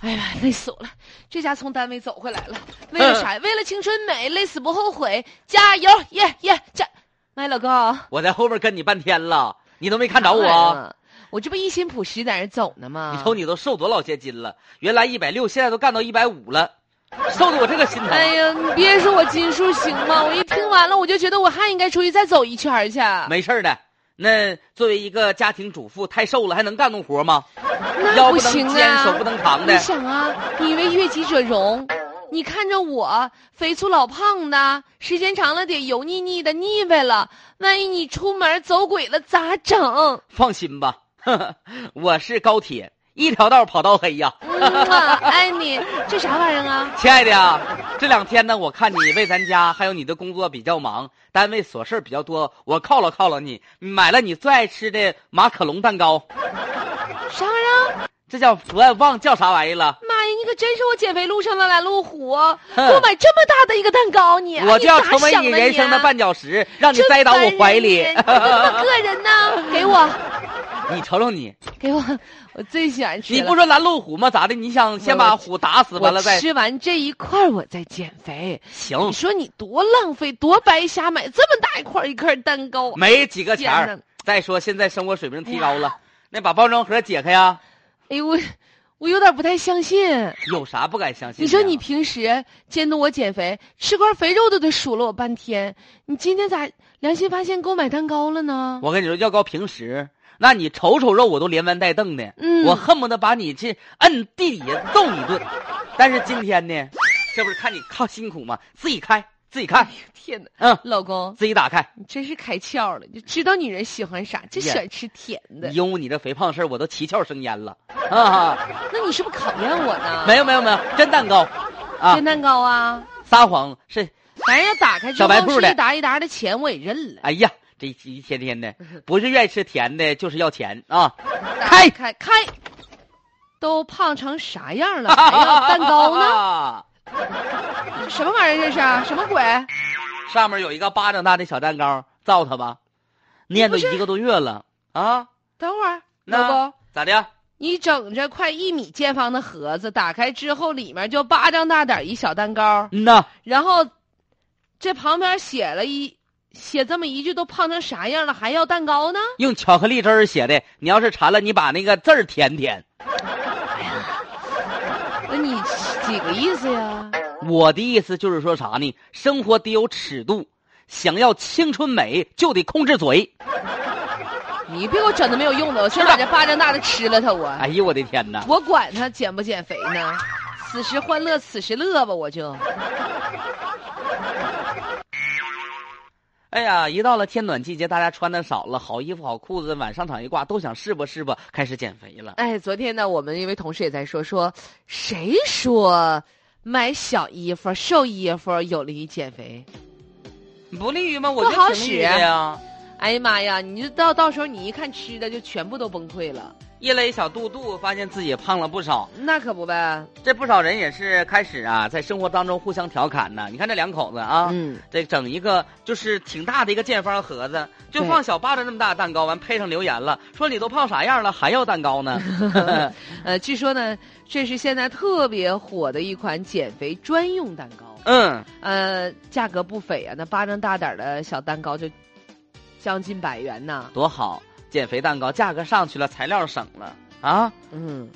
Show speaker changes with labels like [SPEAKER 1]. [SPEAKER 1] 哎呀，累死我了！这家从单位走回来了，为
[SPEAKER 2] 嗯
[SPEAKER 1] 了啥？为了青春美，累死不后悔，加油！耶耶，加！哎，老公，
[SPEAKER 2] 我在后面跟你半天了，你都没看着
[SPEAKER 1] 哎
[SPEAKER 2] 我啊。
[SPEAKER 1] 我，我这不一心朴实在那走呢吗？
[SPEAKER 2] 你瞅你都瘦多老些斤了，原来一百六，现在都干到一百五了，瘦的我这个心疼。
[SPEAKER 1] 哎呀，你别说我斤数行吗？我一听完了，我就觉得我还应该出去再走一圈儿去。啊
[SPEAKER 2] 没事儿的，那作为一个家庭主妇，太瘦了还能干动活吗？
[SPEAKER 1] 那
[SPEAKER 2] 腰
[SPEAKER 1] 不
[SPEAKER 2] 不
[SPEAKER 1] 行
[SPEAKER 2] 能
[SPEAKER 1] 啊！
[SPEAKER 2] 肩，手不能扛
[SPEAKER 1] 你
[SPEAKER 2] 的。
[SPEAKER 1] 想啊，你以为悦己者容？你看着我肥粗老胖的，时间长了得油腻腻的腻歪了。万一你出门走鬼了咋整？
[SPEAKER 2] 放心吧， 呵呵我是高铁，一条道跑到黑呀。
[SPEAKER 1] 嗯啊，爱你，这啥玩意儿啊？
[SPEAKER 2] 亲爱的呀，这两天呢，我看你为咱家还有你的工作比较忙，单位琐事儿比较多，我犒劳犒劳你，买了你最爱吃的马卡龙蛋糕，
[SPEAKER 1] 啥玩意儿？
[SPEAKER 2] 这叫我也忘叫啥玩意了。
[SPEAKER 1] 妈呀，你可真是我减肥路上的拦路虎啊！给
[SPEAKER 2] 哼
[SPEAKER 1] 我买这么大的一个蛋糕，你
[SPEAKER 2] 我就要成为
[SPEAKER 1] 你
[SPEAKER 2] 你人生的绊脚石，让你
[SPEAKER 1] 真
[SPEAKER 2] 栽倒
[SPEAKER 1] 烦
[SPEAKER 2] 我
[SPEAKER 1] 人
[SPEAKER 2] 怀
[SPEAKER 1] 你
[SPEAKER 2] 里。
[SPEAKER 1] 你怎么这么个人呢？给我，
[SPEAKER 2] 你瞅瞅 你，
[SPEAKER 1] 给我，我最喜欢吃了。
[SPEAKER 2] 你不说拦路虎吗？咋的？你想先把虎打死，完了
[SPEAKER 1] 我
[SPEAKER 2] 再
[SPEAKER 1] 吃完这一块儿我再减肥。
[SPEAKER 2] 行，
[SPEAKER 1] 你说你多浪费，多白瞎买这么大一块儿一块儿蛋糕啊！
[SPEAKER 2] 没几个钱
[SPEAKER 1] 天
[SPEAKER 2] 儿
[SPEAKER 1] 哪。
[SPEAKER 2] 再说现在生活水平提高
[SPEAKER 1] 哎
[SPEAKER 2] 了，那把包装盒解开呀，
[SPEAKER 1] 哎呦，我我有点不太相信。
[SPEAKER 2] 有啥不敢相信的
[SPEAKER 1] 你
[SPEAKER 2] 呀？
[SPEAKER 1] 说你平时监督我减肥，吃块肥肉都得数落我半天，你今天咋良心发现给我买蛋糕了呢？
[SPEAKER 2] 我跟你说，要搁平时，那你瞅瞅肉我都连弯带蹬的，
[SPEAKER 1] 嗯
[SPEAKER 2] 我恨不得把你这摁地底下揍你一顿。但是今天呢，这不是看你靠辛苦吗？自己开，自己开，
[SPEAKER 1] 天哪，
[SPEAKER 2] 嗯，
[SPEAKER 1] 老公，
[SPEAKER 2] 自己打开。
[SPEAKER 1] 你真是开窍了，你知道女人喜欢啥，就喜欢吃甜的。
[SPEAKER 2] 因为你这肥胖事儿我都七窍生烟了啊！
[SPEAKER 1] 那你是不是考验我呢？
[SPEAKER 2] 没有没有没有，真蛋糕，啊
[SPEAKER 1] 煎，蛋糕啊，
[SPEAKER 2] 撒谎是。
[SPEAKER 1] 反正要打开之
[SPEAKER 2] 小白
[SPEAKER 1] 后
[SPEAKER 2] 兔
[SPEAKER 1] 是
[SPEAKER 2] 的
[SPEAKER 1] 一沓一沓的钱，我也认了。
[SPEAKER 2] 哎呀，这一天天的，
[SPEAKER 1] 嗯
[SPEAKER 2] 不是愿意吃甜的，就是要钱啊！
[SPEAKER 1] 开
[SPEAKER 2] 开
[SPEAKER 1] 开开，都胖成啥样 了还要蛋糕呢？
[SPEAKER 2] 呢？
[SPEAKER 1] 什么玩意儿这是？什么鬼？
[SPEAKER 2] 上面有一个巴掌大的小蛋糕，造它吧，念
[SPEAKER 1] 不
[SPEAKER 2] 叨
[SPEAKER 1] 是
[SPEAKER 2] 一个多月了啊！
[SPEAKER 1] 等会儿，老
[SPEAKER 2] 那
[SPEAKER 1] 公，
[SPEAKER 2] 咋的？
[SPEAKER 1] 你整这快一米见方的盒子，打开之后里面就巴掌大点儿一小蛋糕，
[SPEAKER 2] 嗯呐，
[SPEAKER 1] 然后这旁边写了一写这么一句，都胖成啥样了还要蛋糕呢？
[SPEAKER 2] 用巧克力汁儿写的。你要是馋了，你把那个字儿填填。
[SPEAKER 1] 那你几个意思呀？
[SPEAKER 2] 我的意思就是说啥呢？生活得有尺度，想要青春美就得控制嘴。
[SPEAKER 1] 你别给我整那没有用的，我先把这巴掌大的吃了它我。
[SPEAKER 2] 哎呦我的天哪！
[SPEAKER 1] 我管他减不减肥呢，此时欢乐此时乐吧，我就。
[SPEAKER 2] 哎呀，一到了天暖季节，大家穿的少了，好衣服、好裤子往商场一挂，都想试吧试吧，开始减肥了。
[SPEAKER 1] 哎，昨天呢，我们一位同事也在说，说谁说买小衣服、瘦衣服有利于减肥？
[SPEAKER 2] 不利于吗？我
[SPEAKER 1] 不
[SPEAKER 2] 觉得
[SPEAKER 1] 好
[SPEAKER 2] 挺利于
[SPEAKER 1] 使
[SPEAKER 2] 的呀。
[SPEAKER 1] 哎呀妈呀，你就到到时候你一看吃的就全部都崩溃了，
[SPEAKER 2] 一勒小肚肚，发现自己胖了不少。
[SPEAKER 1] 那可不呗。
[SPEAKER 2] 这不少人也是开始啊，在生活当中互相调侃呢。你看这两口子啊，
[SPEAKER 1] 嗯，
[SPEAKER 2] 这整一个就是挺大的一个见方盒子，就
[SPEAKER 1] 对
[SPEAKER 2] 放小巴掌那么大的蛋糕，完配上留言了，说你都胖啥样了，还要蛋糕 呢？
[SPEAKER 1] 呃，据说呢，这是现在特别火的一款减肥专用蛋糕，
[SPEAKER 2] 嗯，
[SPEAKER 1] 呃，价格不菲啊，那巴掌大点儿的小蛋糕就将近百元呢。
[SPEAKER 2] 多好，减肥蛋糕价格上去了，材料省了啊。
[SPEAKER 1] 嗯，